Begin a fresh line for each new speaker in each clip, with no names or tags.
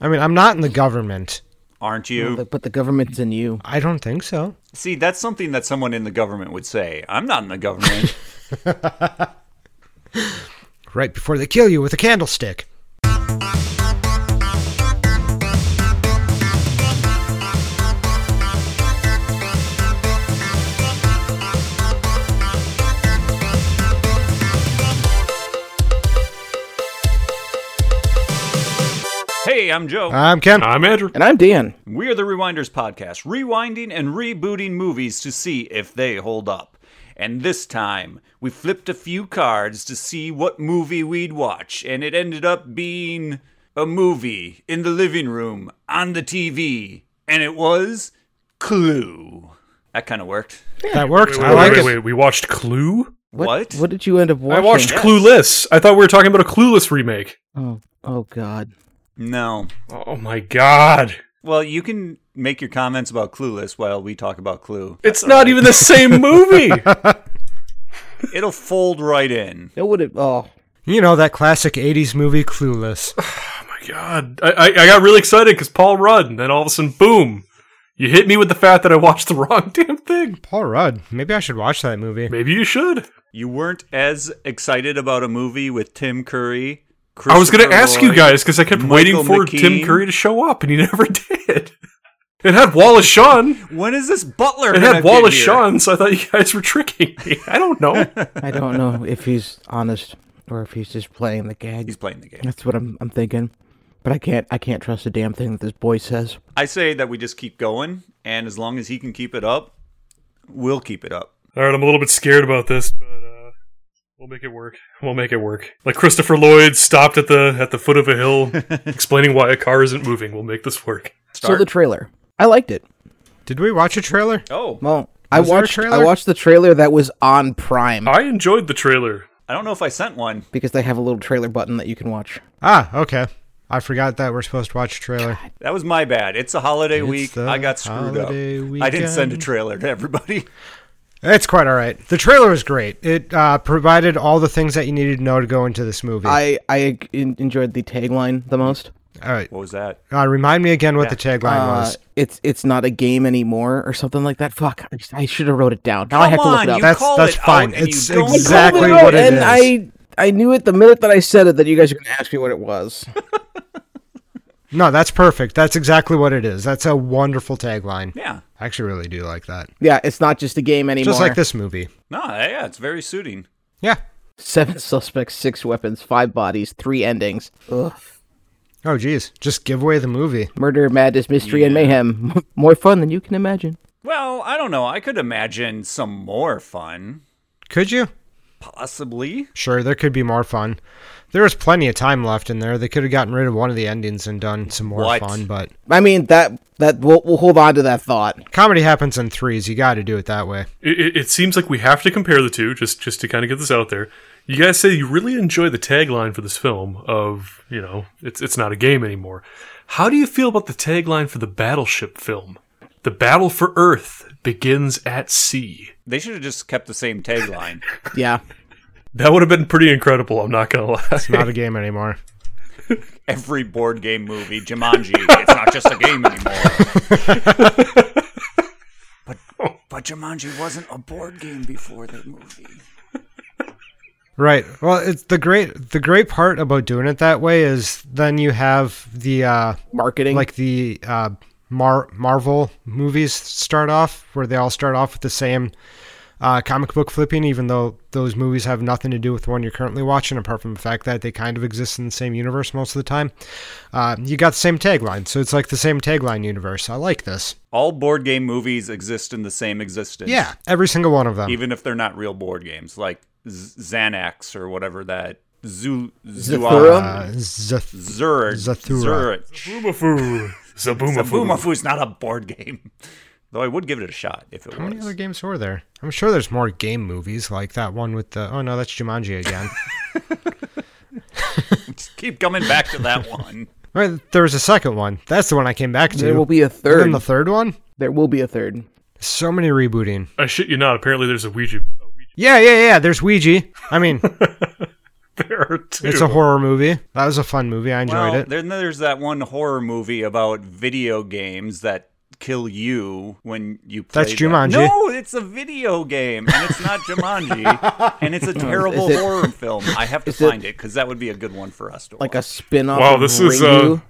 I mean, I'm not in the government.
Aren't you?
But the government's in you.
I don't think so.
See, that's something that someone in the government would say. I'm not in the government.
Right before they kill you with a candlestick.
hey, I'm Joe.
I'm Ken.
I'm Andrew.
And I'm Dan.
We are the Rewinders Podcast, rewinding and rebooting movies to see if they hold up. And this time, we flipped a few cards to see what movie we'd watch, and it ended up being a movie in the living room on the TV, and it was Clue. That kind of worked.
that works.
Wait,
I like
wait,
it.
wait, we watched Clue?
What?
What did you end up
I
watching?
watched
yes.
Clueless. I thought we were talking about a Clueless remake.
Oh, oh God.
No.
Oh my god.
Well, you can make your comments about Clueless while we talk about Clue.
It's not even the same movie.
It'll fold right in.
It would have. Oh,
You know that classic '80s movie, Clueless.
my god. I, I, I got really excited because Paul Rudd, and then all of a sudden, boom. You hit me with the fact that I watched the wrong damn thing.
Paul Rudd. Maybe I should watch that movie.
Maybe you should.
You weren't as excited about a movie with Tim Curry.
I was going to
Christopher
ask you
Lloyd,
guys because I kept
Michael
waiting for
McKean.
Tim Curry to show up, and he never did. It had Wallace Shawn.
When is this Butler?
It
gonna
had
get
Wallace
here?
Shawn, so I thought you guys were tricking me. I don't know.
I don't know if he's honest or if he's just playing the gag.
He's playing the game.
That's what I'm. I'm thinking. But I can't. I can't trust a damn thing that this boy says.
I say that we just keep going, and as long as he can keep it up, we'll keep it up.
All right, I'm a little bit scared about this, but uh, we'll make it work. We'll make it work. Like Christopher Lloyd stopped at the at the foot of a hill, explaining why a car isn't moving. We'll make this work.
So the trailer. I liked it.
Did we watch a trailer?
Oh,
Well, I
Was there a
watched. I
trailer?
watched the trailer that was on Prime
I enjoyed the trailer.
I don't know if I sent one.
because they have a little trailer button that you can watch.
Ah, okay. I forgot that we're supposed to watch a trailer.
That was my bad. It's a holiday week.
the
I got screwed up.
holiday
I didn't send a
weekend.
trailer to everybody.
It's quite all right. The trailer was great. It uh, provided all the things that you needed to know to go into this movie.
I I en- enjoyed the tagline the most.
all right.
What was that?
Uh, remind me again what the tagline
Uh,
was.
it's it's not a game anymore or something like that. Fuck, I- I should have wrote it down. Now I
Come
have to look
on,
it up.
you
That's-
call
that's
it out
fine.
and you
It's
don't-
exact- exactly
I called
what it
and
is.
I I knew it the minute that I said it that you guys are gonna ask me what it was.
No, that's perfect. That's exactly what it is. That's a wonderful tagline.
Yeah.
I actually really do like that.
yeah, it's not just a game anymore.
Just like this movie.
No, yeah, it's very suiting.
Yeah.
Seven suspects, six weapons, five bodies, three endings. Ugh.
Oh, geez. Just give away the movie.
Murder, madness, mystery, and mayhem. More fun than you can imagine.
Well, I don't know. I could imagine some more fun,
Could you?
possibly.
Sure, there could be more fun. There was plenty of time left in there. They could have gotten rid of one of the endings and done some more
What?
fun, but
I mean that that we'll, we'll hold on to that thought.
comedy happens in threes. You got to do it that way.
It, it, it seems like we have to compare the two just just to kind of get this out there. You guys say you really enjoy the tagline for this film of you know it's it's not a game anymore. How do you feel about the tagline for the Battleship film? The battle for Earth begins at sea.
They should have just kept the same tagline.
Yeah.
That would have been pretty incredible. I'm not gonna lie.
Not a game anymore.
Every board game movie, Jumanji, it's not just a game anymore. but but Jumanji wasn't a board game before the movie.
Right. Well, it's the great the great part about doing it that way is then you have the uh
Marketing.
like the uh Mar- Marvel movies start off where they all start off with the same uh, comic book flipping, even though those movies have nothing to do with the one you're currently watching, apart from the fact that they kind of exist in the same universe most of the time. Uh, you got the same tagline, so it's like the same tagline universe. I like this.
All board game movies exist in the same existence.
Yeah, every single one of them.
Even if they're not real board games, like Z- Xanax or whatever that. Zoo,
Zathura?
uh,
Zua-
Zath-
Zurich.
Uh, Zathura.
Zurich.
Boomafoo. Zaboomafu.
Zabumafu's not a board game. Though I would give it a shot if it
How many
was.
other games were there? I'm sure there's more game movies like that one with the. Oh no, that's Jumanji again.
Just keep coming back to that one.
right, there was a second one. That's the one I came back to.
there will be a
And
third.
then the third one.
there will be a third.
So many rebooting.
I shit you not. Apparently, there's a Ouija.
Yeah, yeah, yeah. There's Ouija. I mean,
there are two.
It's a horror movie. That was a fun movie. I enjoyed
well,
it.
Then there's that one horror movie about video games that kill you when you play.
That's
that.
Jumanji.
No, it's a video game, and it's not Jumanji, and it's a terrible
it-
horror film. I have to
it-
find it because that would be a good one for us to
Like a
watch.
spin off.
Wow,
of
this is,
Ringu.
uh,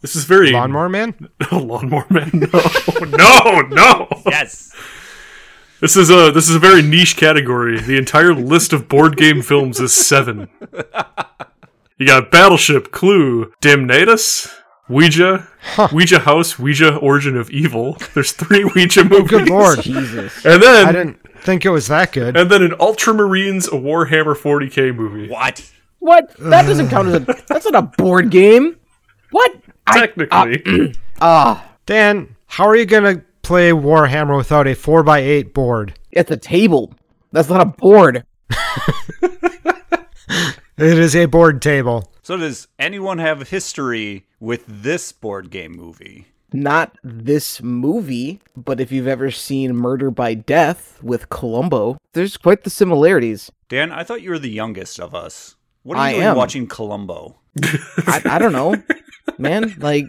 This is very
Lawnmower Man.
lawnmower man. No, no, no.
yes.
This is a this is a very niche category. The entire list of board game films is seven. You got Battleship, Clue, Damnatus, Ouija, Ouija House, Ouija Origin of Evil. There's three Ouija movies.
Oh, Good lord.
Jesus.
And
I
then
didn't think it was that good.
and then an Ultramarines, a Warhammer 40k movie.
What?
What? That doesn't count as a. That's not a board game. What? I,
Technically,
Dan, how are you gonna play Warhammer without a four x eight board?
it's a table. That's not a board.
It is a board table.
So does anyone have history with this board game movie?
Not this movie, but if you've ever seen Murder by Death with Columbo, there's quite the similarities.
Dan, I thought you were the youngest of us. What are you
I
doing
am.
watching Columbo?
I, I don't know, man. Like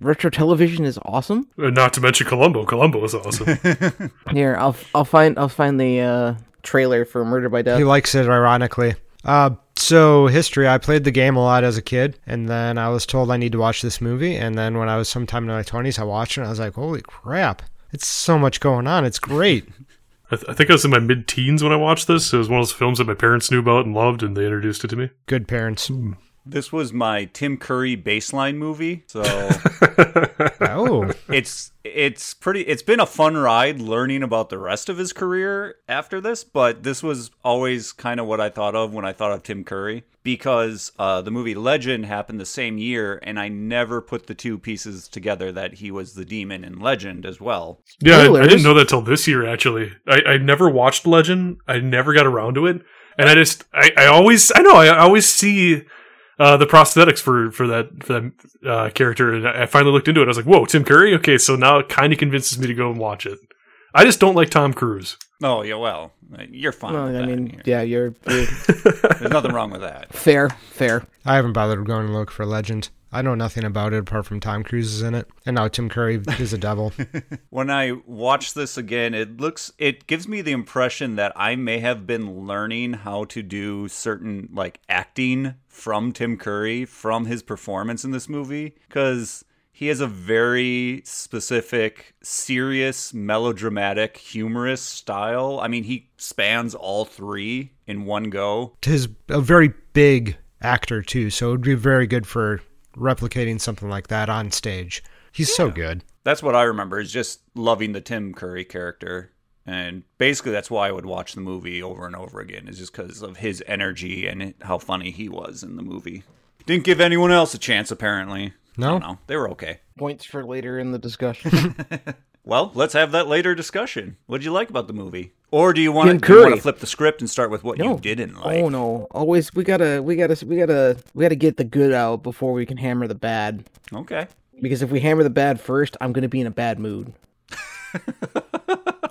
retro television is awesome.
Uh, not to mention Columbo. Columbo is awesome.
Here, I'll I'll find I'll find the uh, trailer for Murder by Death.
He likes it, ironically. Uh, so history. I played the game a lot as a kid, and then I was told I need to watch this movie. And then when I was sometime in my twenties, I watched it. and I was like, holy crap! It's so much going on. It's great.
I, th- I think I was in my mid-teens when I watched this. It was one of those films that my parents knew about and loved, and they introduced it to me.
Good parents.
This was my Tim Curry baseline movie. So
Oh,
it's it's pretty it's been a fun ride learning about the rest of his career after this, but this was always kind of what I thought of when I thought of Tim Curry because uh, the movie Legend happened the same year and I never put the two pieces together that he was the demon in Legend as well.
Yeah, I, I
Spoilers.
didn't know that till this year. Actually, I, I never watched Legend. I never got around to it, and I just I, I always I know I always see uh, the prosthetics for for that for that uh, character, and I finally looked into it. I was like, whoa, Tim Curry. Okay, so now it kind of convinces me to go and watch it. I just don't like Tom Cruise.
Oh yeah, well, you're fine.
Well,
with
I
that.
mean, yeah, you're, you're
There's nothing wrong with that.
fair, fair.
I haven't bothered going to look for Legend. I know nothing about it apart from Tom Cruise is in it, and now Tim Curry is a devil.
When I watch this again, it looks it gives me the impression that I may have been learning how to do certain like acting from Tim Curry from his performance in this movie cuz he has a very specific serious melodramatic humorous style. I mean, he spans all three in one go.
He's a very big actor too, so it would be very good for replicating something like that on stage. He's so good.
That's what I remember is just loving the Tim Curry character. And basically, that's why I would watch the movie over and over again, is just because of his energy and it- how funny he was in the movie. Didn't give anyone else a chance, apparently. I
No,
don't know. They were okay.
Points for later in the discussion.
Well, let's have that later discussion. What did you like about the movie? Or do you want
Tim
to, you want
Curry.
to flip the script and start with what
No.
you didn't like?
oh no! Always we gotta we gotta we gotta we gotta get the good out before we can hammer the bad.
Okay.
Because if we hammer the bad first, I'm gonna be in a bad mood.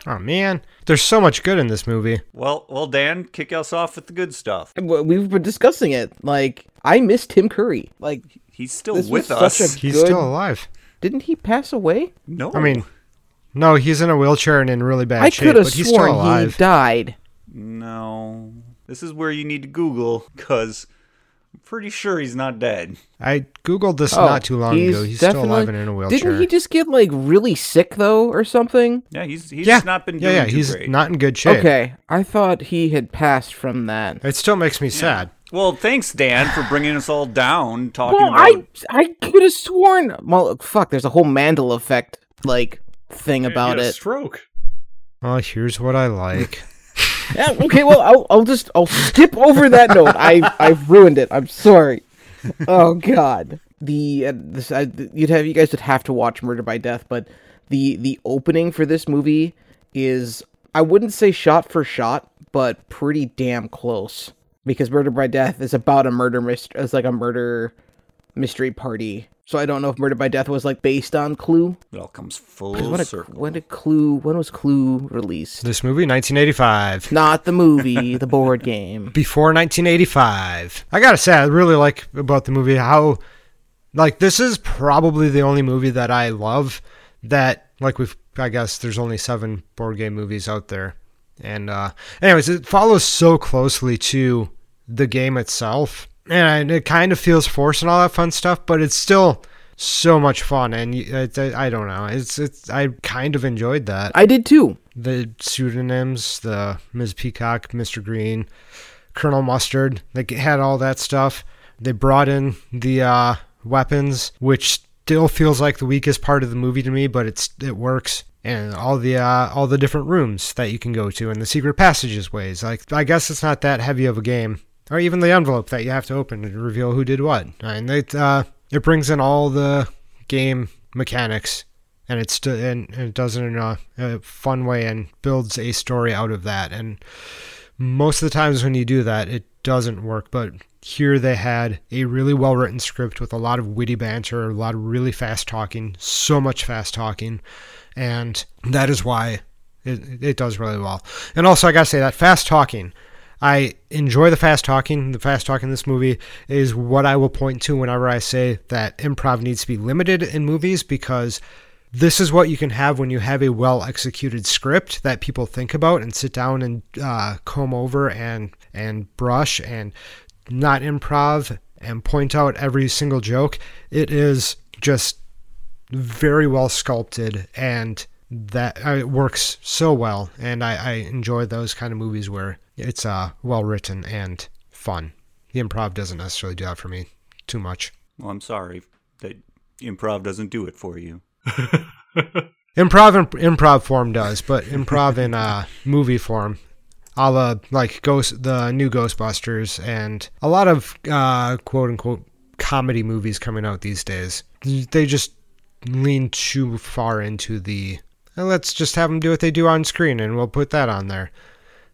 oh man, there's so much good in this movie.
Well, well, Dan, kick us off with the good stuff.
Well, We've been discussing it. Like I miss Tim Curry. Like
He's still
This
with
was
us.
such a-
He's
Good.
still alive.
didn't he pass away?
No.
I mean, no, he's in a wheelchair and in really bad
I
shape,
could have
but he's still
sworn he
alive.
died.
No. This is where you need to Google because I'm pretty sure he's not dead.
I googled this
Oh,
not too long ago. He's still alive and
definitely-
in a wheelchair.
Didn't he just get like really sick though, or something?
Yeah, he's he's
yeah,
not been
yeah,
doing
yeah.
too
He's
great.
not in good shape.
Okay, I thought he had passed from that.
It still makes me sad.
well, thanks Dan for bringing us all down talking
Well,
about
I I could have sworn. Well, fuck. There's a whole Mandela effect like thing about
He had a
it.
Stroke.
Well, Oh, here's what I like.
Yeah, okay, well, I'll, I'll just I'll skip over that note. I I've ruined it. I'm sorry. Oh God. The uh, this I, you'd have you guys would have to watch Murder by Death, but the the opening for this movie is I wouldn't say shot for shot, but pretty damn close because Murder by Death is about a murder mystery. It's like a murder mystery party. So I don't know if Murder by Death was like based on Clue.
It all comes full
'Cause When did,
circle.
when did Clue? When was Clue released?
This movie, 1985.
Not the movie, the board game.
before 1985. I gotta say, I really like about the movie how, like, this is probably the only movie that I love that, like, we've, I guess, there's only seven board game movies out there. And, uh, anyways, it follows so closely to the game itself. And it kind of feels forced and all that fun stuff, but it's still so much fun. And you- it, I don't know. It's, it's, I kind of enjoyed that
I did too.
the pseudonyms, the Ms. Peacock, Mr. Green, Colonel Mustard. They had all that stuff. They brought in the uh, weapons, which still feels like the weakest part of the movie to me, but it's it works. And all the uh, all the different rooms that you can go to, and the secret passages ways. Like I guess it's not that heavy of a game, or even the envelope that you have to open to reveal who did what. And it uh, it brings in all the game mechanics and it's st- and, and it does it in a, a fun way and builds a story out of that and most of the times when you do that it doesn't work but here they had a really well written script with a lot of witty banter a lot of really fast talking so much fast talking and that is why it, it does really well and also i gotta say that fast talking I enjoy the fast talking. The fast talking in this movie is what I will point to whenever I say that improv needs to be limited in movies because this is what you can have when you have a well executed script that people think about and sit down and uh, comb over and and brush and not improv and point out every single joke. It is just very well sculpted and that uh, it works so well and I, I enjoy those kind of movies where it's uh, well written and fun the improv doesn't necessarily do that for me too much
Well, I'm sorry that improv doesn't do it for you.
improv in improv form does but improv in uh, movie form a la like ghost the new ghostbusters and a lot of uh, quote unquote comedy movies coming out these days they just lean too far into the "Oh, let's just have them do what they do on screen and we'll put that on there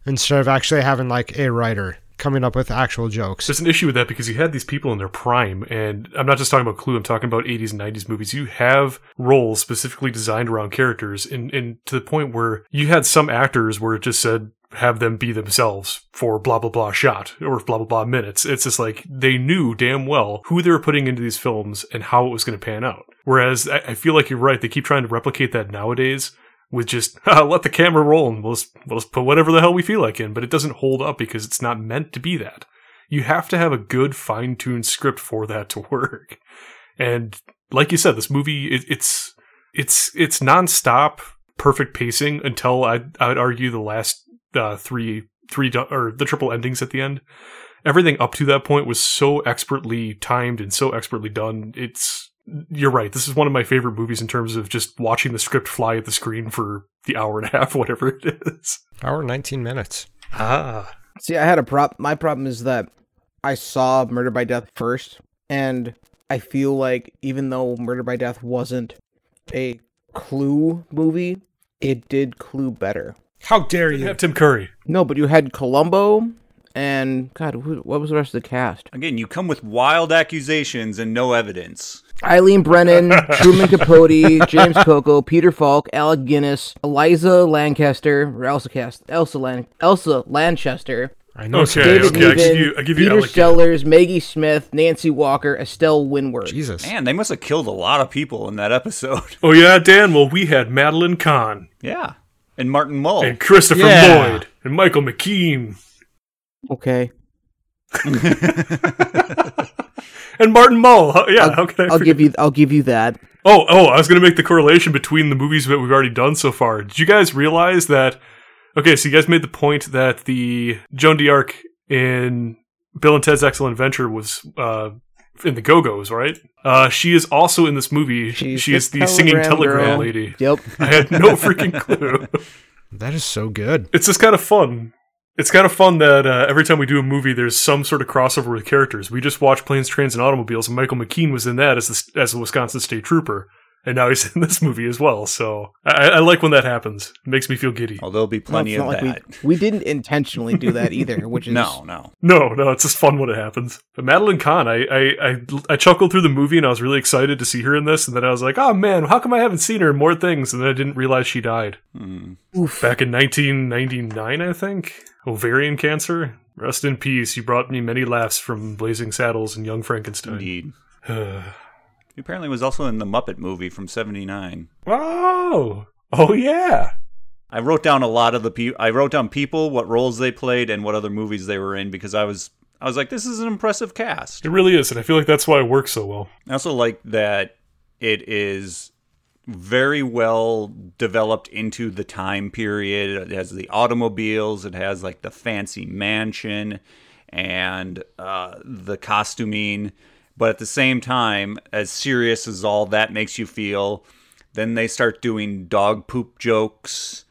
instead of actually having like a writer coming up with actual jokes
There's an issue with that because you had these people in their prime, and I'm not just talking about Clue. I'm talking about 80s and 90s movies. You have roles specifically designed around characters, and and to the point where you had some actors where it just said have them be themselves for blah blah blah shot or blah blah blah minutes. It's just like they knew damn well who they were putting into these films and how it was going to pan out. Whereas I, I feel like you're right. They keep trying to replicate that nowadays with just "Ah, let the camera roll and we'll just, we'll just put whatever the hell we feel like in, but it doesn't hold up because it's not meant to be that you have to have a good fine-tuned script for that to work and like you said this movie it, it's it's it's non-stop perfect pacing until i i'd argue the last uh, three three du- or the triple endings at the end everything up to that point was so expertly timed and so expertly done it's you're right this is one of my favorite movies in terms of just watching the script fly at the screen for the hour and a half whatever it is
hour 19 minutes
ah
See, I had a prop. My problem is that I saw Murder by Death first, and I feel like even though Murder by Death wasn't a Clue movie, it did Clue better.
how dare
you have tim curry
No, but you had Columbo and God, who, what was the rest of the cast?
Again, you come with wild accusations and no evidence.
Eileen Brennan, Truman Capote, James Coco, Peter Falk, Alec Guinness, Eliza Lancaster, or Elsa Cast, Elsa Lan, Elsa Lanchester,
i know
Okay,
David
David
okay, I
Niven,
give you- I give you
Peter
Alec Guinness.
Sellers, Maggie Smith, Nancy Walker, Estelle Winward.
jesus
Man, they must have killed a lot of people in that episode.
oh yeah dan well we had madeline kahn
yeah. And Martin Mull.
Oh,
and Christopher
Yeah.
Lloyd and Michael McKean
Okay,
and Martin Mull. How- yeah, how can I?
I'll
forget-
give you, I'll give you that.
oh, oh, I was gonna make the correlation between the movies that we've already done so far. Did you guys realize that? Okay, so you guys made the point that the Joan d'Arc in Bill and Ted's Excellent Adventure was uh, in the Go Go's, right? Uh, she is also in this movie.
She's
she
the
is the singing
telegram
telegram
girl.
lady.
Yep.
I had no freaking clue.
that is so good
it's just kind of fun. It's kind of fun that uh, every time we do a movie, there's some sort of crossover with characters. We just watched Planes, Trains, and Automobiles, and Michael McKean was in that as the, as a Wisconsin State Trooper. and now he's in this movie as well. So I, I like when that happens. It makes me feel giddy.
Oh, there'll be
No,
plenty
it's not
of
like
that.
we, we didn't intentionally do that either, which is
No, no.
No, no, it's just fun when it happens. But Madeline Kahn, I, I, I, I chuckled through the movie and I was really excited to see her in this, and then I was like, oh man, how come I haven't seen her in more things? And then I didn't realize she died
Hmm.
Oof.
back in 1999, I think. Ovarian cancer. Rest in peace. You brought me many laughs from Blazing Saddles and Young Frankenstein.
Indeed.
oh,
He apparently was also in the Muppet movie from 79.
oh yeah.
I wrote down a lot of the people. I wrote down people, what roles they played, and what other movies they were in because I was I was like, this is an impressive cast.
It really is, and I feel like that's why it works so well.
I also like that it is very well developed into the time period. It has the automobiles, it has like the fancy mansion and uh, the costuming. But at the same time, as serious as all that makes you feel, then they start doing dog poop jokes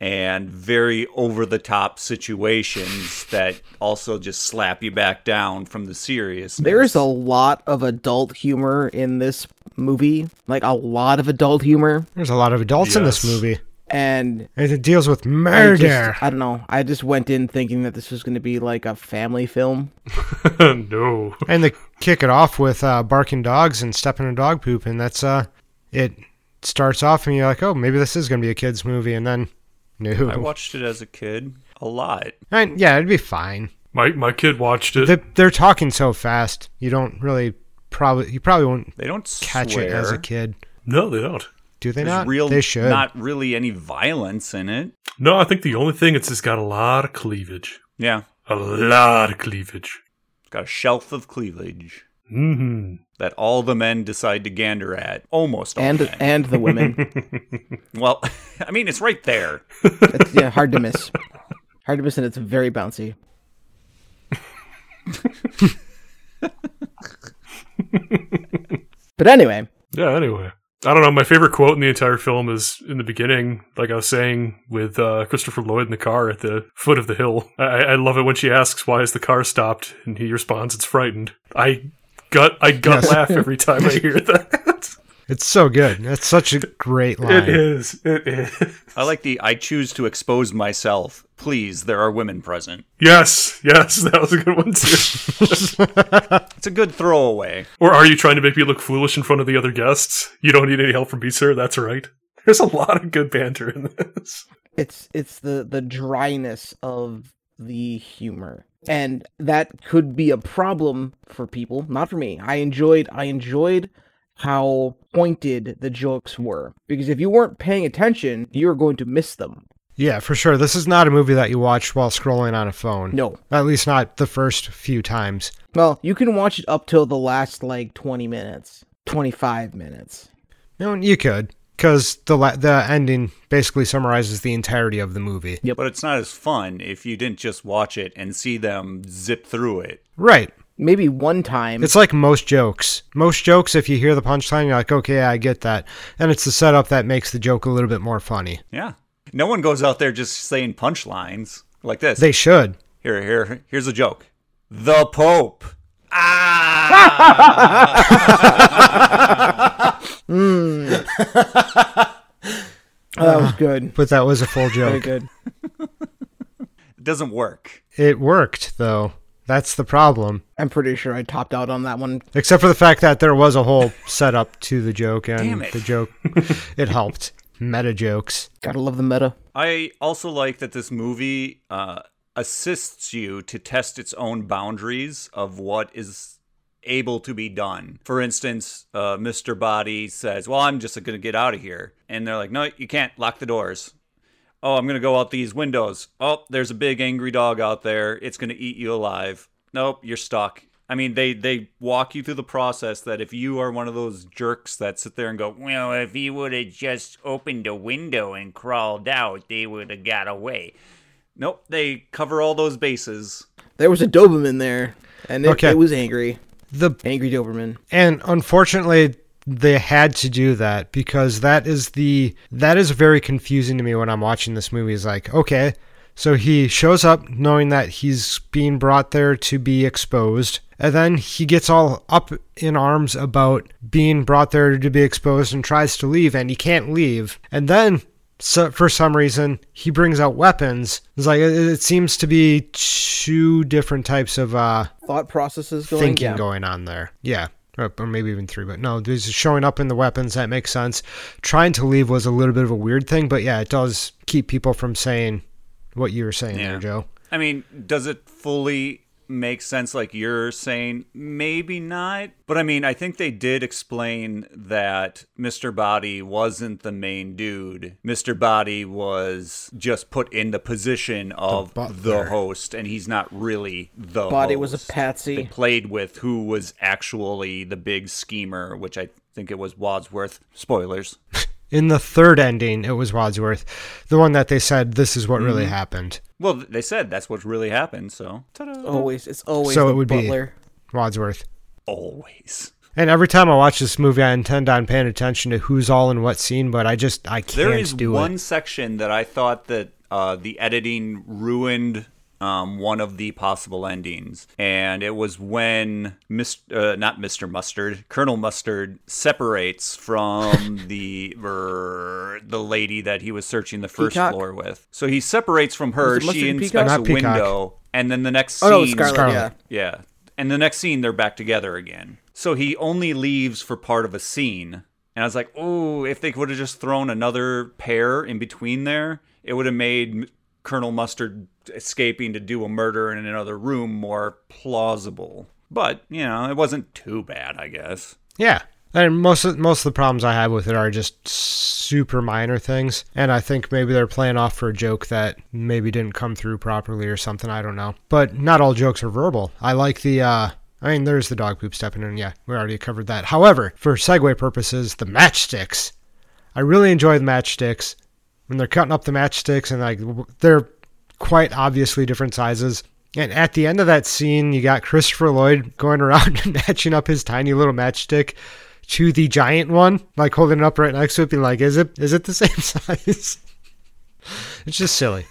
and very over the top situations that also just slap you back down from the seriousness.
There's a lot of adult humor in this movie, like a lot of adult humor,
There's a lot of adults in this
Yes.
movie.
and
And It deals with
I,
murder.
just, I don't know. I just went in thinking that this was going to be like a family film.
no.
and they kick it off with uh, barking dogs and stepping in dog poop, and that's uh, it starts off, and you're like, oh, maybe this is gonna be a kids movie, and then no,
I watched it as a kid a lot.
and yeah, it'd be fine.
My my kid watched it.
They, they're talking so fast, you don't really probably you probably won't
They don't
catch
swear.
it as a kid.
no, they don't.
Do they
There's
not?
real,
they should.
not really any violence in it.
No, I think the only thing it's just got a lot of cleavage.
Yeah,
A lot of cleavage.
got a shelf of cleavage
hmm
that all the men decide to gander at. Almost all
and
men.
and the women.
well, I mean, it's right there.
It's, yeah, hard to miss. Hard to miss, and it's very bouncy. but anyway,
Yeah, anyway. I don't know. My favorite quote in the entire film is in the beginning, like I was saying with uh, Christopher Lloyd in the car at the foot of the hill. I, I love it when she asks, Why is the car stopped? And he responds, It's frightened. I gut, I gut
Yes.
laugh every time I hear that.
It's so good. That's such a great
it
line.
is. It is.
I like the I choose to expose myself. Please, there are women present.
Yes, yes, that was a good one too.
It's a good throwaway.
or are you trying to make me look foolish in front of the other guests? You don't need any help from me, sir. That's right. There's a lot of good banter in this.
it's it's the the dryness of the humor and that could be a problem for people not for me i enjoyed i enjoyed how pointed the jokes were because if you weren't paying attention you're going to miss them
Yeah, for sure. This is not a movie that you watch while scrolling on a phone.
no
At least not the first few times.
well you can watch it up till the last like 20 minutes 25 minutes
No, you could, because the la- the ending basically summarizes the entirety of the movie.
But it's not as fun if you didn't just watch it and see them zip through it.
Right.
maybe one time
It's like most jokes. Most jokes, if you hear the punchline, you're like, okay, I get that. And it's the setup that makes the joke a little bit more funny.
Yeah. No one goes out there just saying punchlines like this.
They should.
Here, here, here's a joke. The Pope. Ah!
oh, that was good
But that was a full
very
joke.
good
it doesn't work.
It worked, though. That's the problem.
i'm pretty sure i topped out on that one
Except for the fact that there was a whole setup to the joke,
Damn
and
it.
the joke, it helped. Meta jokes.
gotta love the meta
I also like that this movie uh, assists you to test its own boundaries of what is able to be done. For instance, uh, Mr. Body says, Well, I'm just going to get out of here. And they're like, No, you can't. Lock the doors. Oh, I'm going to go out these windows. Oh, there's a big angry dog out there. It's going to eat you alive. Nope, you're stuck. I mean, they they walk you through the process that if you are one of those jerks that sit there and go, well, if he would have just opened a window and crawled out, they would have got away. Nope, they cover all those bases.
There was a Doberman there, and it,
Okay.
it was angry.
The
Angry Doberman.
and unfortunately they had to do that because that is the that is very confusing to me when i'm watching this movie is like okay So he shows up knowing that he's being brought there to be exposed. And then he gets all up in arms about being brought there to be exposed and tries to leave, and he can't leave. And then, so for some reason, he brings out weapons. It's like it, it seems to be two different types of uh,
Thought processes going
thinking
down.
going on there. Yeah. Or or maybe even three, but no, this is showing up in the weapons. That makes sense. Trying to leave was a little bit of a weird thing, but yeah, it does keep people from saying what you were saying
Yeah.
there, Joe.
I mean, does it fully make sense like you're saying? Maybe not. But I mean, I think they did explain that Mr. Body wasn't the main dude. Mr. Body was just put in the position of the,
butler.
host, and he's not really the
Body was a
host.
patsy.
They played with who was actually the big schemer, which I think it was Wadsworth. Spoilers.
In the third ending, it was Wadsworth, the one that they said this is what really happened.
Well, they said that's what really happened, so ta-da.
Always, it's always
So
the
it would be-
butler.
Wadsworth.
always.
And every time I watch this movie, I intend on paying attention to who's all in what scene, but I just I can't
There is
do
one
it.
section that I thought that uh, the editing ruined um, one of the possible endings, and it was when Mr. Uh, not Mr. Mustard, Colonel Mustard separates from the er, the lady that he was searching the first
Peacock?
floor with. So he separates from her.
Was it Mustard
She
and
inspects
Peacock?
a
Not Peacock.
window, and then the next
Oh
scene.
no, Scarlet,
Scarlet.
Yeah,
Yeah. And the next scene, they're back together again. So he only leaves for part of a scene. And I was like, oh, if they would have just thrown another pair in between there, it would have made Colonel Mustard escaping to do a murder in another room more plausible. But, you know, it wasn't too bad, I guess.
Yeah. And most of, most of the problems I have with it are just super minor things, and I think maybe they're playing off for a joke that maybe didn't come through properly or something. I don't know. But not all jokes are verbal. I like the. uh I mean, there's the dog poop stepping in. Yeah, we already covered that. However, for segue purposes, the matchsticks. I really enjoy the matchsticks when they're cutting up the matchsticks and like w- they're quite obviously different sizes. And at the end of that scene, you got Christopher Lloyd going around and matching up his tiny little matchstick to the giant one, like holding it up right next to it, being like, "Is it is it the same size?" it's just silly,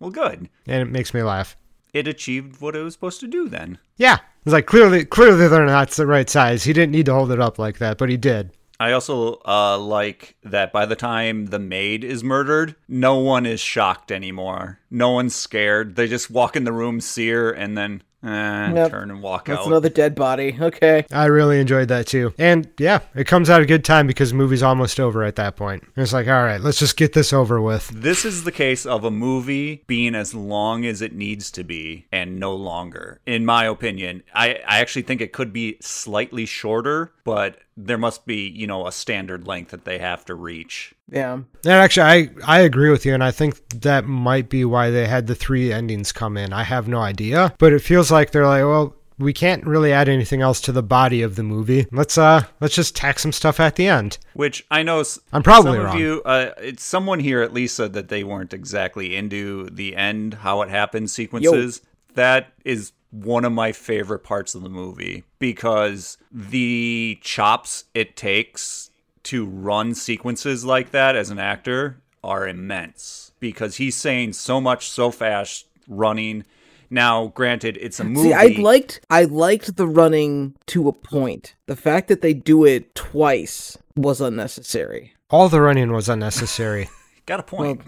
Well, good.
and it makes me laugh.
It achieved what it was supposed to do then.
Yeah, it's like clearly clearly they're not the right size. He didn't need to hold it up like that, but he did.
I also uh, like that by the time the maid is murdered, no one is shocked anymore. No one's scared. They just walk in the room, see her, and then eh,
Yep.
turn and walk
that's
out.
another dead body. Okay,
I really enjoyed that too. And yeah, it comes out a good time because the movie's almost over at that point. And it's like, all right, let's just get this over with.
This is the case of a movie being as long as it needs to be and no longer, in my opinion. I, I actually think it could be slightly shorter, but there must be, you know, a standard length that they have to reach.
yeah.
And actually, I, I agree with you. And I think that might be why they had the three endings come in. I have no idea. But it feels like they're like, well, we can't really add anything else to the body of the movie. Let's uh let's just tack some stuff at the end.
Which I know s-
I'm probably
some
wrong.
of you. Uh, it's someone here at least said that they weren't exactly into the end, how it happened sequences. That is one of my favorite parts of the movie because the chops it takes to run sequences like that as an actor are immense because he's saying so much so fast running. Now, granted, it's a movie.
See, I liked I liked the running to a point. The fact that they do it twice was unnecessary.
All the running was unnecessary.
got a point.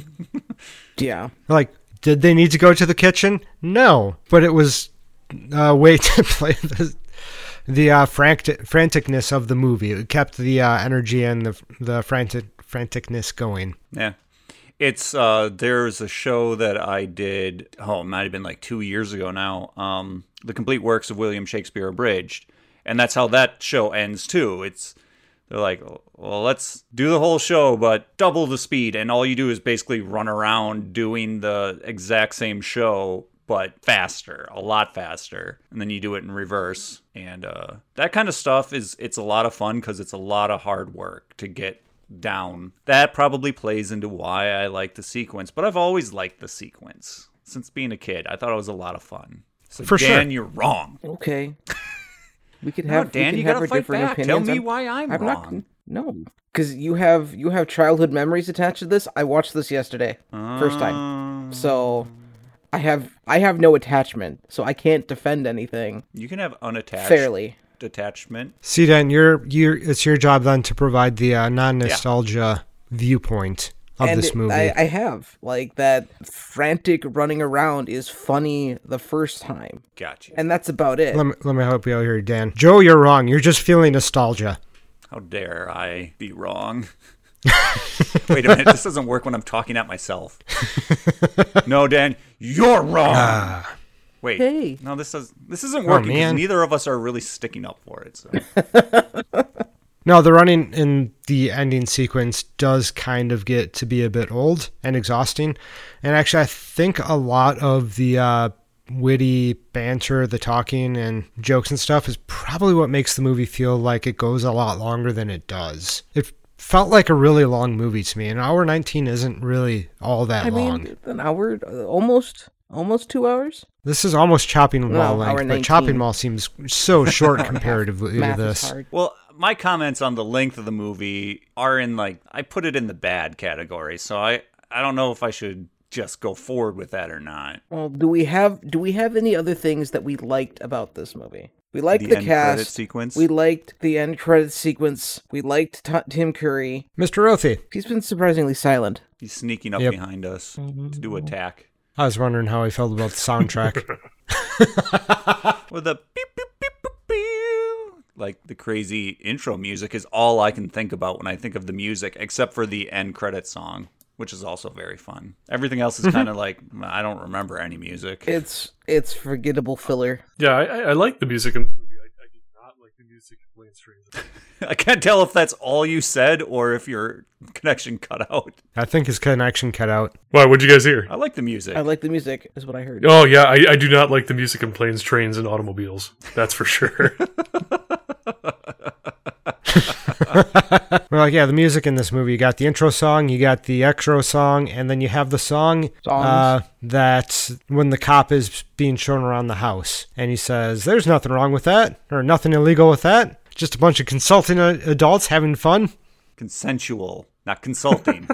Yeah.
like, did they need to go to the kitchen? No, but it was a way to play the the uh, frantic, franticness of the movie. It kept the uh, energy and the the frantic franticness going.
Yeah. It's uh there's a show that I did oh it might have been like two years ago now. Um The Complete Works of William Shakespeare Abridged. And that's how that show ends too. It's they're like, well, let's do the whole show, but double the speed, and all you do is basically run around doing the exact same show, but faster, a lot faster, and then you do it in reverse. And uh, that kind of stuff is it's a lot of fun because it's a lot of hard work to get down. That probably plays into why I like the sequence, but I've always liked the sequence since being a kid. I thought it was a lot of fun. So
For sure.
Dan, you're wrong.
Okay. We could
No,
have we
Dan,
can
you
have
gotta
our
fight
different
back. Tell
opinions.
me
I'm-
why I'm,
I'm
wrong.
not. No, because you have you have childhood memories attached to this. I watched this yesterday, first time, so I have I have no attachment, so I can't defend anything
You can have unattached
fairly.
detachment.
See, Dan, your your it's your job then to provide the uh, non-nostalgia viewpoint of
and
this movie.
I, I have like that frantic running around is funny the first time,
Gotcha.
and that's about it.
let me let me help you out here, Dan. Joe, you're wrong. You're just feeling nostalgia.
How dare I be wrong? Wait a minute, this doesn't work when I'm talking at myself. no, Dan, you're wrong. Wait,
Hey.
no, this does this isn't working because
Ah. Oh, man.
neither of us are really sticking up for it. So.
No, the running in the ending sequence does kind of get to be a bit old and exhausting. And actually, I think a lot of the uh, witty banter, the talking and jokes and stuff is probably what makes the movie feel like it goes a lot longer than it does. It felt like a really long movie to me. An hour 19 isn't really all that
I
long.
mean, an hour, uh, almost almost two hours.
this is almost chopping mall
hour
length, but
19.
chopping mall seems so short comparatively to
Math is
this.
hard.
Well, my comments on the length of the movie are in like I put it in the bad category, so I I don't know if I should just go forward with that or not.
Well, do we have do we have any other things that we liked about this movie? We liked
The
the,
end credit
cast
sequence?
We liked the end credit sequence. We liked T- Tim Curry.
Mr. Othie,
He's been surprisingly silent.
He's sneaking up
Yep.
behind us to do attack
I was wondering how I felt about the soundtrack.
with a beep beep beep beep beep. Like the crazy intro music is all I can think about when I think of the music, except for the end credit song, which is also very fun. Everything else
Mm-hmm.
is kind of like I don't remember any music.
It's it's forgettable filler.
Yeah, I, I, I like the music in this movie. I, I did not like the music in Plain Stranger.
I can't tell if that's all you said or if your connection cut out.
I think his connection cut out.
Why? What'd you guys hear?
I like the music.
I like the music, is what I heard.
Oh yeah, I, I do not like the music in planes, trains, and automobiles. That's for sure.
We're like, yeah, the music in this movie. You got the intro song, you got the extra song, and then you have the song uh,
Songs.
that when the cop is being shown around the house, and he says, "There's nothing wrong with that, or nothing illegal with that. Just a bunch of consulting uh, adults having fun."
Consensual, not consulting.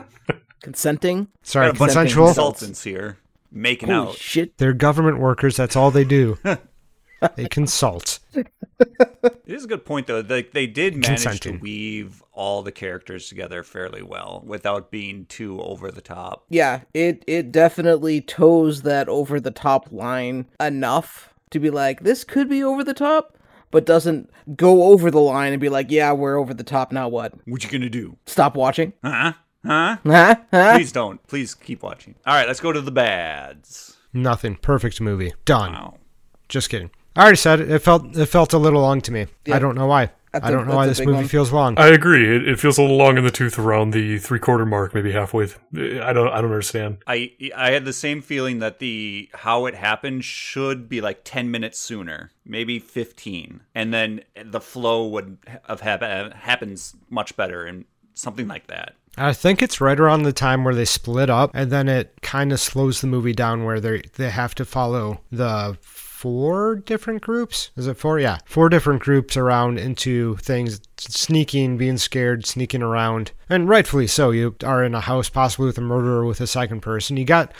Consenting.
Sorry,
Got a bunch of
consensual.
Consultants here making
Holy
out.
shit!
They're government workers. That's all they do. they consult.
It is a good point though. Like they did manage
Consenting.
to weave all the characters together fairly well without being too over the top.
Yeah, it it definitely toes that over the top line enough to be like this could be over the top, but doesn't go over the line and be like, yeah, we're over the top. Now what?
What you gonna do?
Stop watching.
Huh? Huh?
Huh? Huh?
Please don't. Please keep watching. All right, let's go to the bads.
Nothing. Perfect movie. Done.
Wow.
Just kidding. I already said it. It felt it felt a little long to me. I don't know why.
That's
I
a-
don't know
that's
why
a
this
big
movie
one.
feels long.
I agree. It, it feels a little long in the tooth around the three quarter mark, maybe halfway. Th- I don't. I don't understand.
I I had the same feeling that the how it happened should be like 10 minutes sooner, maybe 15. And then the flow would have hap- happens much better and something like that.
I think it's right around the time where they split up, and then it kind of slows the movie down where they they have to follow the four different groups. Is it four? Yeah, four different groups around into things, sneaking, being scared, sneaking around, and rightfully so. You are in a house, possibly with a murderer, with a second person. You got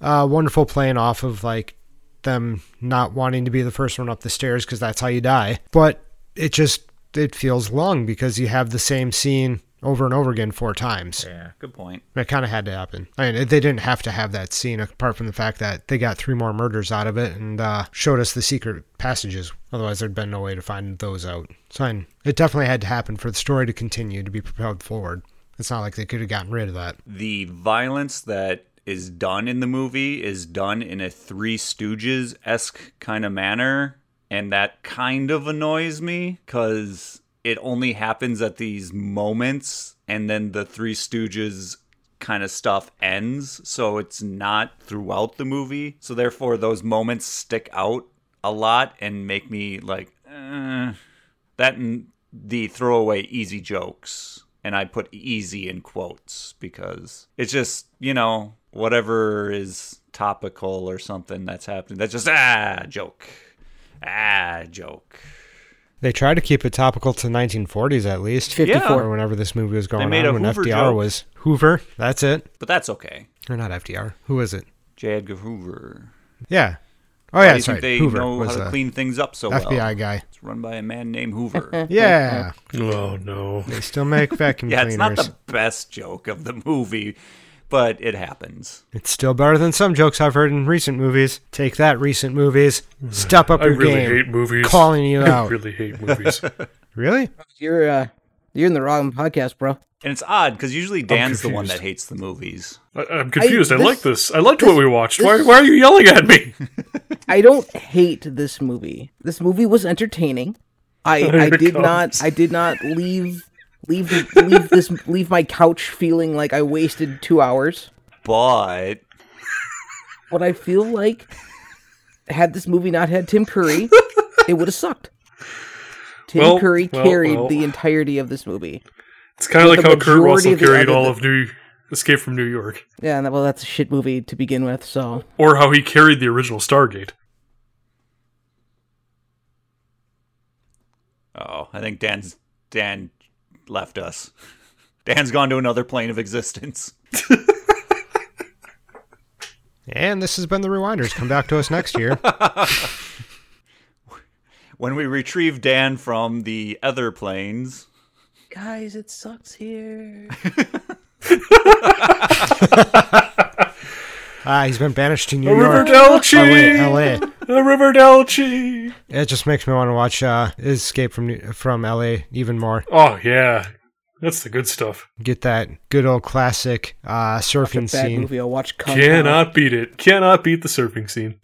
uh, wonderful playing off of like them not wanting to be the first one up the stairs because that's how you die. But it just it feels long because you have the same scene over and over again four times.
Yeah, good point.
That kind of had to happen. I mean, they didn't have to have that scene apart from the fact that they got three more murders out of it and uh, showed us the secret passages. Otherwise, there'd been no way to find those out. So I mean, it definitely had to happen for the story to continue to be propelled forward. It's not like they could have gotten rid of that.
The violence that is done in the movie is done in a Three Stooges esque kind of manner. And that kind of annoys me because it only happens at these moments. And then the Three Stooges kind of stuff ends. So it's not throughout the movie. So therefore, those moments stick out a lot and make me like, eh. That and the throwaway easy jokes. And I put easy in quotes because it's just, you know, whatever is topical or something that's happening. That's just, ah, joke. Ah, joke.
They tried to keep it topical to 1940s at least.
54.
Or whenever this movie was going
made a
on, when
Hoover
FDR
joke.
was Hoover. That's it.
But that's okay.
Or not FDR. Who is it?
J. Edgar Hoover.
Yeah. Oh yeah,
Why do you
that's
think
right.
they
Hoover
know how
was
to
a
clean things up so well?
FBI guy.
It's run by a man named Hoover.
Yeah.
Oh no.
they still make vacuum
yeah, it's
cleaners.
not the best joke of the movie, but it happens.
It's still better than some jokes I've heard in recent movies. Take that, recent movies. Step up
I
your
really
game.
hate movies.
Calling you
I
out.
really hate movies.
really?
You're uh, you're in the wrong podcast, bro.
And it's odd because usually Dan's the one that
confused.
hates the movies.
I, I'm confused. I,
this-
like this. I liked what we watched. Why, why are you yelling at me?
I don't hate this movie. This movie was entertaining. I, I
Here it
did
comes.
not I did not leave leave the- leave this leave my couch feeling like I wasted 2 hours.
But
But I feel like had this movie not had Tim Curry, it would have sucked. Tim
Well,
Curry
well,
carried
well.
the entirety of this movie.
It's kind of like
the
how Kurt
majority
Russell
of the
carried
edit
all
that-
of New Escape from New York,
Yeah, and that- well that's a shit movie to begin with, so
or how he carried the original Stargate.
oh, I think Dan's Dan left us. Dan's gone to another plane of existence.
And this has been the Rewinders. Come back to us next year.
When we retrieve Dan from the other planes,
guys, it sucks here.
Ah, he's been banished to New
A
York.
Riverdale cheese.
LA, LA.
A Riverdale cheese.
It just makes me want to watch uh, Escape from New- from LA even more.
Oh yeah, that's the good stuff.
Get that good old classic uh, surfing
Bad
scene.
movie. I'll watch Kung Pao.
Cannot beat it. Cannot beat the surfing scene.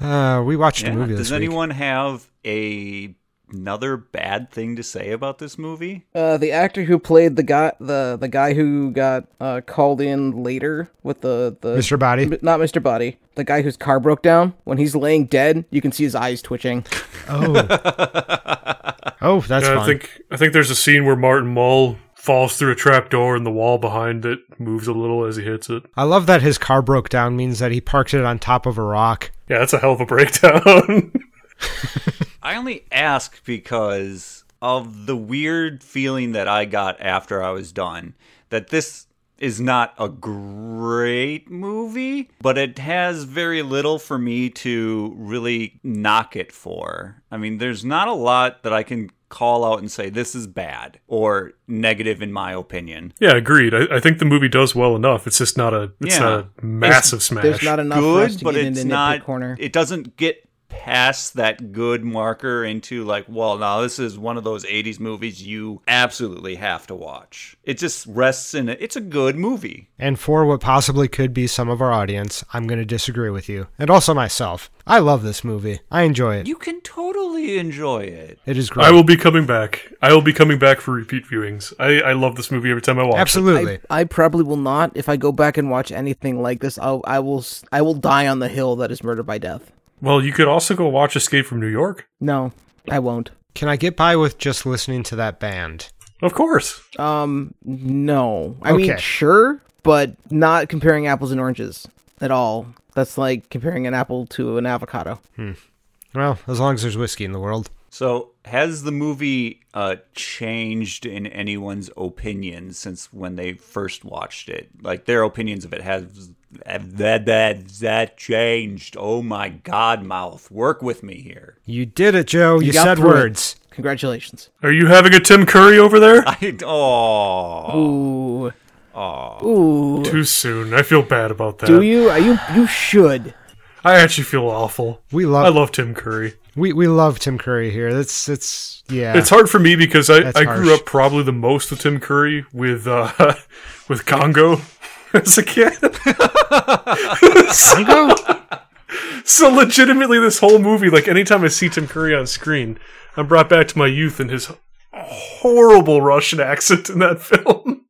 Uh, we watched
Yeah.
a movie this
does
week.
anyone have a another bad thing to say about this movie?
Uh, the actor who played the guy, the the guy who got uh, called in later with the the
Mr. Body.
M- not Mr. Body, the guy whose car broke down. When he's laying dead, you can see his eyes twitching.
Oh. oh, that's
Yeah,
fun.
I think I think there's a scene where Martin Mull falls through a trap door and the wall behind it moves a little as he hits it.
I love that his car broke down means that he parked it on top of a rock.
Yeah, that's a hell of a breakdown.
I only ask because of the weird feeling that I got after I was done that this is not a great movie, but it has very little for me to really knock it for. I mean, there's not a lot that I can call out and say this is bad or negative in my opinion.
yeah, agreed. I, I think the movie does well enough. It's just not a it's
Yeah.
not a massive smash.
There's not enough for us
good,
to
but
get
it's
into
not.
nitpick corner.
It doesn't get past that good marker into like, well, now this is one of those '80s movies you absolutely have to watch. It just rests in it. It's a good movie.
And for what possibly could be some of our audience, I'm going to disagree with you. And also myself. I love this movie. I enjoy it.
You can totally enjoy it.
It is great.
I will be coming back. I will be coming back for repeat viewings. I, I love this movie every time I watch
Absolutely.
I, I probably will not. If I go back and watch anything like this, I'll, I will s- I will die on the hill that is murder by death.
it. Well, you could also go watch Escape from New York.
No, I won't.
Can I get by with just listening to that band?
Of course.
Um, no. I mean,
Okay.
sure, but not comparing apples and oranges at all. That's like comparing an apple to an avocado.
Well, as long as there's whiskey in the world.
So, has the movie uh, changed in anyone's opinion since when they first watched it? Like their opinions of it has have that that that changed? Oh my God, mouth, work with me here.
You did it, Joe. You,
got
said
through it.
words.
Congratulations.
Are you having a Tim Curry over there?
I oh.
Ooh. Ooh.
Too soon. I feel bad about that.
Do you? Are you? You should.
I actually feel awful.
We
I
love
love Tim Curry.
we, we love Tim Curry here. That's it's yeah.
It's hard for me because I,
That's
I grew
harsh.
up probably the most with Tim Curry with uh, with Congo as a kid.
Congo?
so legitimately, this whole movie, like anytime I see Tim Curry on screen, I'm brought back to my youth and his horrible Russian accent in that film.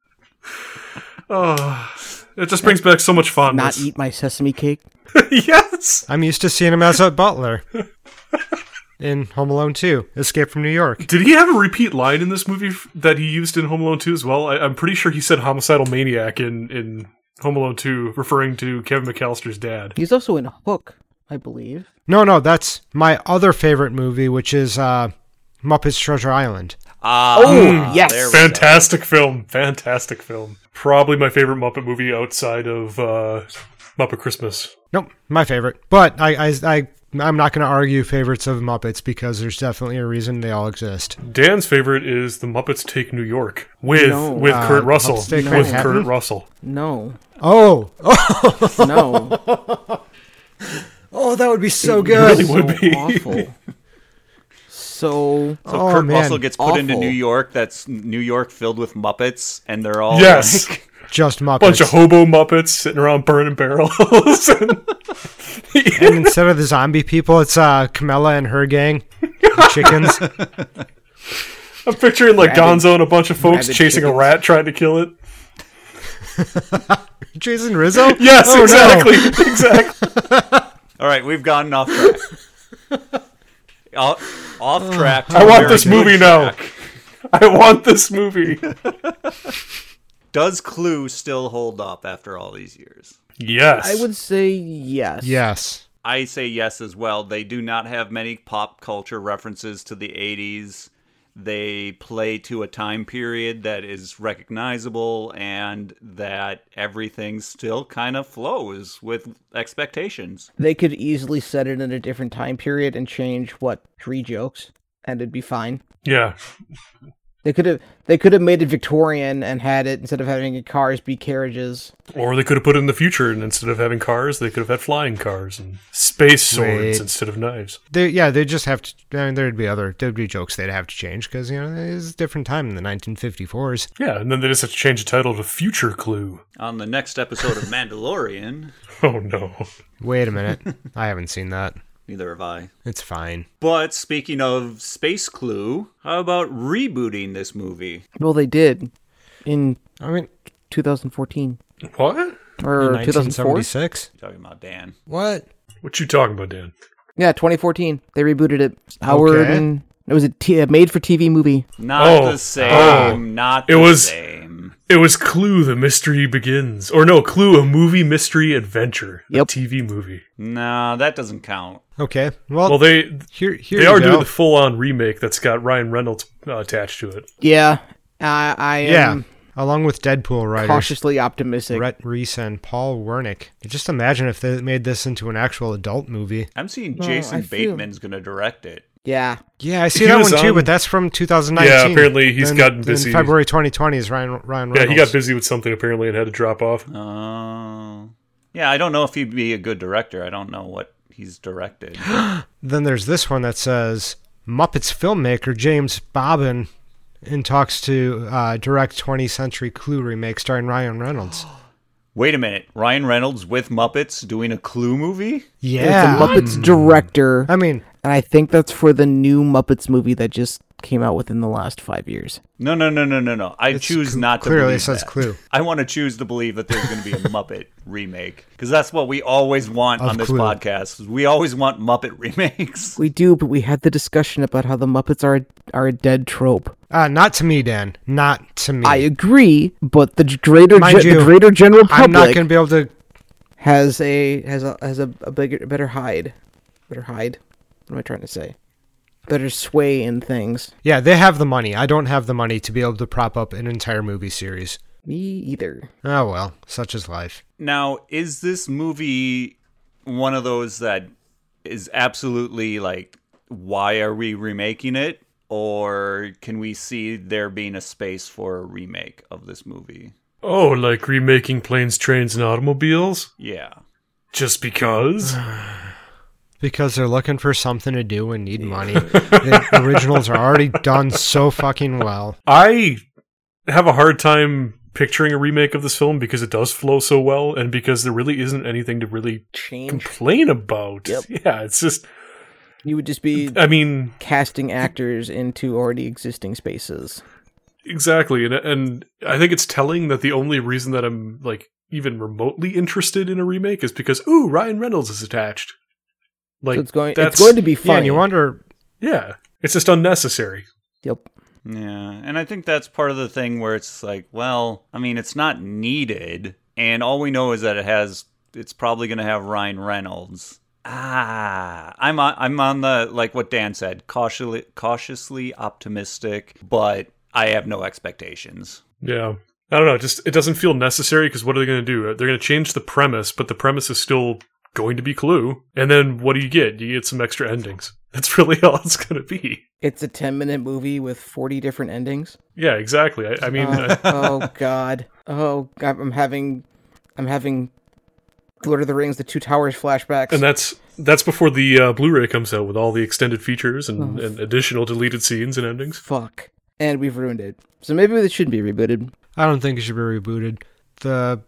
oh, it just brings back so much
Not
fondness.
eat my sesame cake.
yes.
I'm used to seeing him as a butler in Home Alone 2, Escape from New York.
Did he have a repeat line in this movie f- that he used in Home Alone 2 as well? I, I'm pretty sure he said homicidal maniac in, in Home Alone 2, referring to Kevin McAllister's dad.
He's also in Hook. I believe.
No, no, that's my other favorite movie, which is uh, Muppets Treasure Island.
Ah,
Oh, yes.
there we go.
Fantastic film. Fantastic film. Probably my favorite Muppet movie outside of uh, Muppet Christmas.
Nope, my favorite. But I, I, I I'm not going to argue favorites of Muppets because there's definitely a reason they all exist.
Dan's favorite is The Muppets Take New York with
No.
with
Uh,
Kurt Russell.
Muppets Take
With
Manhattan?
Kurt Russell.
No,
Oh, oh,
no,
oh, that would be so
It
good.
would
so
be.
awful. So
So
Oh,
Kurt
man.
Russell gets put into
Awful.
New York. That's New York filled with Muppets, and they're all
Yes.
like-
Just Muppets.
Bunch of hobo Muppets sitting around burning barrels.
and instead of the zombie people, it's uh, Camilla and her gang, the chickens.
I'm picturing like
Rabid-
Gonzo and a bunch of folks
rabid
chasing a
chickens.
rat trying to kill it.
Jason Rizzo.
Yes,
Oh, no.
exactly. Exactly.
all right, we've gotten off track. off, off track. to
I
a
want
very
this
good
movie now.
track.
I want this movie.
Does Clue still hold up after all these years?
Yes.
I would say yes.
Yes.
I say yes as well. They do not have many pop culture references to the 80s. They play to a time period that is recognizable and that everything still kind of flows with expectations.
They could easily set it in a different time period and change what three jokes, and it'd be fine.
Yeah.
They could have they could have made it Victorian and had it instead of having it cars be carriages.
Or they could have put it in the future, and instead of having cars, they could have had flying cars and space swords
Wait.
instead of knives.
They, yeah, they just have to. I mean, there'd be other, there'd be jokes they'd have to change because you know it's a different time in the 1954s.
Yeah, and then they just have to change the title to Future Clue.
On the next episode of Mandalorian,
Oh no.
Wait a minute, I haven't seen that.
neither have I.
It's fine.
But speaking of Space Clue, how about rebooting this movie?
Well, they did in
I mean,
2014
What?
or 2004.
1976.
You're talking about Dan.
What?
What you talking about, Dan?
Yeah, 2014. They rebooted it. Howard
Okay.
and it was a t- a made for TV movie.
Not
Oh,
the same.
oh.
not
It
the
was-
same.
It was Clue: The Mystery Begins, or no, Clue: A Movie Mystery Adventure, a
Yep.
TV movie.
No, that doesn't count.
Okay. Well,
Well, they
here, here
they
you
are
go.
doing the full-on remake that's got Ryan Reynolds uh, attached to it.
Yeah, I I
yeah,
am
along with Deadpool writers
cautiously optimistic.
Brett Reese and Paul Wernick. Just imagine if they made this into an actual adult movie.
I'm seeing Jason
Oh, I feel-
Bateman's going to direct it.
Yeah,
Yeah, I see
He
that
was
one too,
on-
but that's from 2019.
Yeah, apparently he's
Then-
gotten
then
busy.
February 2020 is Ryan Ryan Reynolds.
Yeah, he got busy with something apparently and had to drop off.
Oh. Yeah, I don't know if he'd be a good director. I don't know what he's directed.
Then there's this one that says Muppets filmmaker James Bobbin in talks to uh, direct 20th Century Clue remake starring Ryan Reynolds.
Wait a minute. Ryan Reynolds with Muppets doing a Clue movie?
yeah,
it's a Muppets director,
I mean,
and I think that's for the new Muppets movie that just came out within the last five years.
No, no, no, no, no, no. I
It's
choose
cl-
not to
clearly it
believe
says
that.
Clue.
I want to choose to believe that there's going to be a Muppet remake because that's what we always want
Of
on this
Clue.
podcast. We always want Muppet remakes.
We do, but we had the discussion about how the Muppets are are a dead trope.
uh, not to me, Dan. Not to me.
I agree, but the g- greater
Mind
ge-
you,
the greater general public
I'm not going to be able to.
has a has a has a, a bigger better hide, better hide. What am I trying to say? Better sway in things.
Yeah, they have the money. I don't have the money to be able to prop up an entire movie series.
Me either.
Oh well, such is life.
Now, is this movie one of those that is absolutely like, why are we remaking it? Or can we see there being a space for a remake of this movie?
Oh, like remaking planes, trains, and automobiles?
Yeah.
Just because?
Because they're looking for something to do and need money. the originals are already done so fucking well.
I have a hard time picturing a remake of this film because it does flow so well and because there really isn't anything to really
Change.
complain about.
Yep.
Yeah, it's just
You would just be
uh,
I mean,
casting actors into already existing spaces.
exactly. And and I think it's telling that the only reason that I'm like even remotely interested in a remake is because ooh, Ryan Reynolds is attached. Like
so it's going.
that's-
It's going to be fun.
Yeah, and you wonder.
Yeah. It's just unnecessary.
Yep.
Yeah. And I think that's part of the thing where it's like, well, I mean, it's not needed. And all we know is that it has, it's probably going to have Ryan Reynolds. Ah, I'm on, I'm on the like what Dan said, cautiously cautiously optimistic, but I have no expectations.
Yeah. I don't know. Just it doesn't feel necessary because what are they going to do? They're going to change the premise, but the premise is still going to be Clue. And then what do you get? You get some extra endings. That's really all it's going to be.
It's a 10 minute movie with 40 different endings.
Yeah, exactly. I, I mean, uh,
Oh,
I-
oh god. Oh god, I'm having I'm having Lord of the Rings the Two Towers flashbacks.
and that's that's before the uh, Blu-ray comes out with all the extended features and,
Oh.
and additional deleted scenes and endings.
Fuck. And we've ruined it. So maybe this shouldn't be rebooted.
I don't think it should be rebooted. The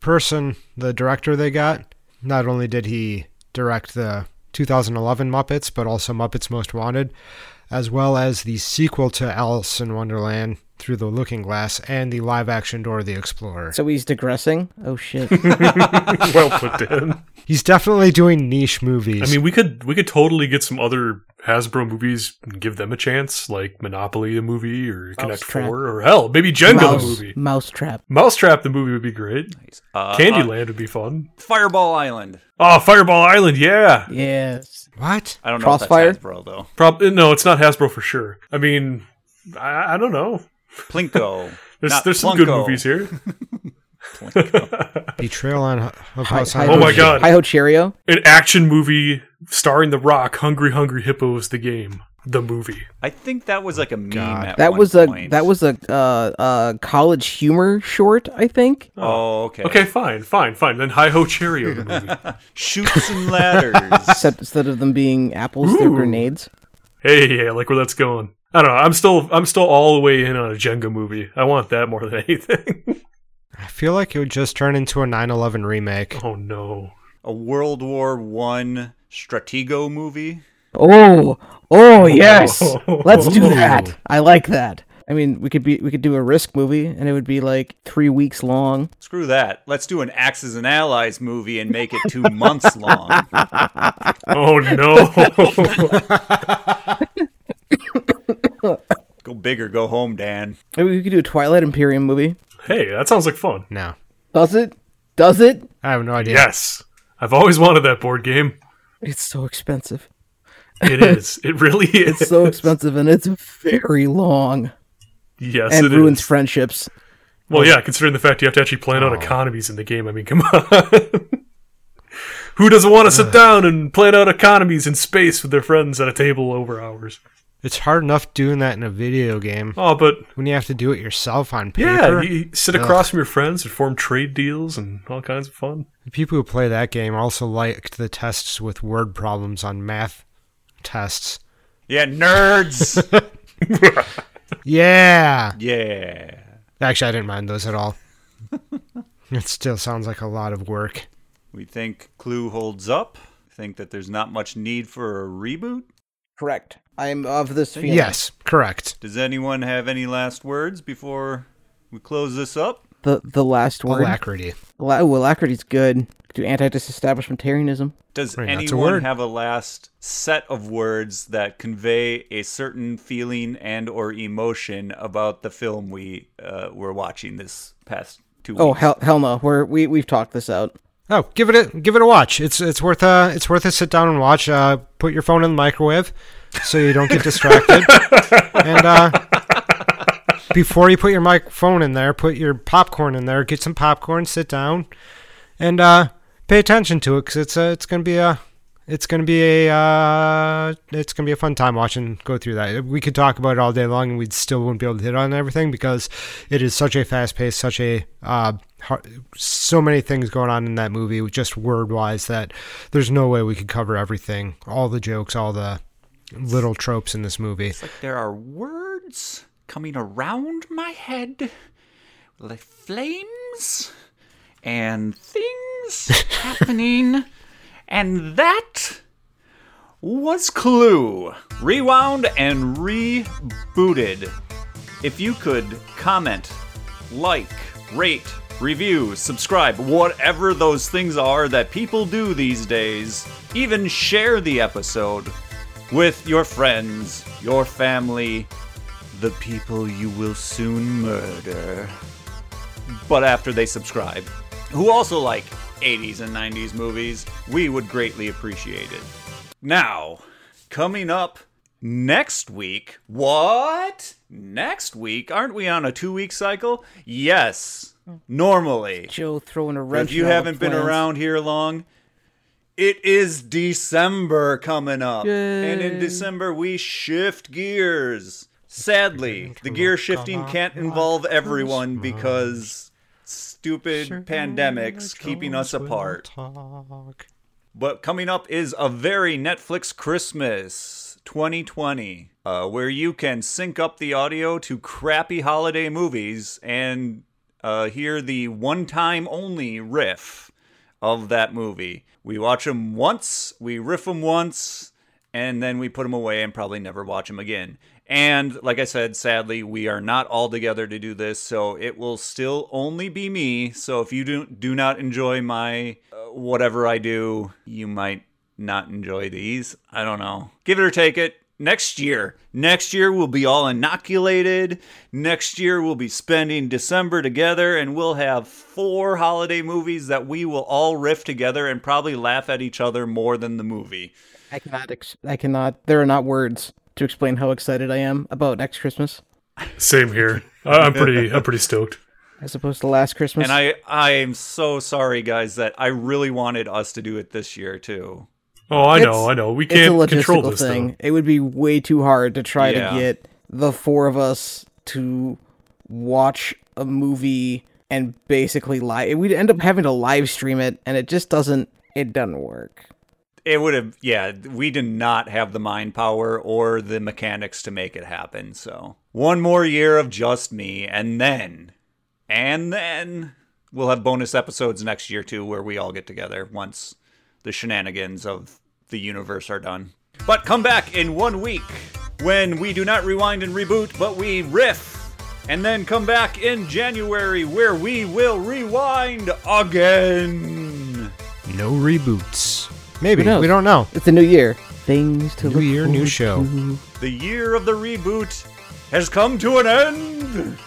person, the director they got, not only did he direct the 2011 Muppets, but also Muppets Most Wanted, as well as the sequel to Alice in Wonderland Through the Looking Glass and the live action Dora the Explorer.
So he's digressing? Oh shit.
well put, Dan.
He's definitely doing niche movies.
I mean, we could we could totally get some other Hasbro movies and give them a chance, like Monopoly the movie or Connect
Mousetrap.
Four, or hell, maybe Jenga the
Mouse,
movie.
Mousetrap.
Mousetrap the movie would be great.
Uh, uh,
Candyland would be fun.
Fireball Island.
Oh, Fireball Island, yeah.
Yes.
what?
I don't know
Crossfire?
if that's Hasbro though.
Prob- no, it's not Hasbro for sure. I mean, I, I don't know.
Plinko.
There's
not
there's some good
Plunko.
movies here.
Betrayal on Ho- of House
Hi-
on
Hi-Ho
Oh my
Hill.
Cheerio.
God.
Hi-Ho Cheerio.
An action movie starring The Rock, Hungry Hungry Hippo is the game. The movie.
I think that was like a meme.
God.
at
That
one
was a
point.
that was a uh, uh, college humor short, I think.
Oh, okay.
Okay, fine, fine, fine. Then Hi Ho Cheerio the movie.
Shoots and ladders.
Except instead of them being apples, they're
Ooh.
grenades.
hey, yeah, I like where that's going. I don't know. I'm still I'm still all the way in on a Jenga movie. I want that more than anything.
I feel like it would just turn into a 9/11 remake.
oh no.
a World War One Stratego movie.
Oh, oh yes.
Oh.
Let's do
Ooh.
that. I like that. I mean, we could be we could do a risk movie, and it would be like three weeks long.
Screw that. Let's do an Axis and Allies movie and make it two months long.
Oh no.
Go big or go home, Dan.
Maybe we could do a Twilight Imperium movie.
hey, that sounds like fun.
No,
Does it? Does it?
I have no idea.
Yes. I've always wanted that board game.
It's so expensive.
It is. It really is.
It's so expensive, and it's very long,
yes,
and
it
ruins
is.
friendships.
Well, yeah, considering the fact you have to actually plan out economies in the game. I mean, come on. Who doesn't want to sit down and plan out economies in space with their friends at a table over hours?
It's hard enough doing that in a video game
Oh, but
when you have to do it yourself on paper.
yeah, you sit across from your friends and form trade deals and all kinds of fun.
The people who play that game also liked the tests with word problems on math tests.
Yeah, nerds.
Yeah.
yeah.
Actually, I didn't mind those at all. it still sounds like a lot of work.
We think Clue holds up. Think that there's not much need for a reboot.
Correct. I'm of this feeling.
Yes, correct.
Does anyone have any last words before we close this up?
The the last word.
Alacrity.
La- Ooh, alacrity's good. Do anti-disestablishmentarianism.
Does
Right, that's a
anyone
word.
have a last set of words that convey a certain feeling and or emotion about the film we uh, were watching this past two
Oh
weeks?
hell, hell no. We're we we've talked this out.
Oh, give it a give it a watch. It's it's worth a it's worth a sit down and watch. Uh, put your phone in the microwave so you don't get distracted. and uh, before you put your mic phone in there, put your popcorn in there. Get some popcorn. Sit down, and uh, pay attention to it because it's a, it's gonna be a it's gonna be a uh, it's gonna be a fun time watching go through that. We could talk about it all day long, and we still wouldn't be able to hit on everything because it is such a fast pace, such a uh, har so many things going on in that movie, just word wise, that there's no way we could cover everything, all the jokes, all the little tropes in this movie.
It's like there are words coming around my head, like flames and things happening, and that was Clue. Rewound and rebooted. If you could comment, like, rate, review, subscribe, whatever those things are that people do these days, even share the episode with your friends, your family, the people you will soon murder. But after they subscribe, who also like 80s and 90s movies, we would greatly appreciate it. Now, coming up next week, what? Next week? Aren't we on a two week cycle? Yes, normally.
Joe throwing a
But
wrench.
If you
in all the
haven't been
plans.
around here long, it is December coming up. And in December, we shift gears. Sadly, the gear shifting can't involve everyone because stupid pandemics keeping us apart. But coming up is a very Netflix Christmas 2020, uh, where you can sync up the audio to crappy holiday movies and uh, hear the one time only riff of that movie. We watch them once, we riff them once, and then we put them away and probably never watch them again. And like I said, sadly, we are not all together to do this, so it will still only be me. So if you do, do not enjoy my uh, whatever I do, you might not enjoy these. I don't know. Give it or take it. Next year, next year we'll be all inoculated. Next year we'll be spending December together and we'll have four holiday movies that we will all riff together and probably laugh at each other more than the movie.
I cannot. Ex- I cannot. There are not words to explain how excited I am about next Christmas
Same here. I- I'm pretty. I'm pretty stoked.
as opposed to last Christmas.
And I I am so sorry guys that I really wanted us to do it this year too.
Oh, I
It's-
know. I know. We can't
it's a
control
logistical
this
thing.
thing.
It would be way too hard to try
Yeah.
to get the four of us to watch a movie and basically live. We'd end up having to live stream it, and it just doesn't. It doesn't work.
It would have yeah, we did not have the mind power or the mechanics to make it happen. So, one more year of just me and then and then we'll have bonus episodes next year too where we all get together once the shenanigans of the universe are done. But come back in one week when we do not rewind and reboot, but we riff. And then come back in January where we will rewind again.
No reboots. Maybe.
knows?
We don't know.
It's a new year. Things to
New
look
year, new
forward
show.
to.
The year of the reboot has come to an end.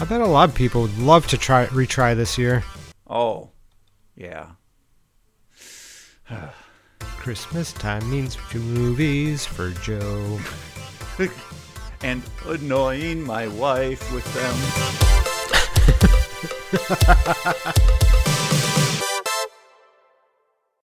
I bet a lot of people would love to try retry this year.
Oh, yeah.
Christmas time means two movies for Joe.
And annoying my wife with them.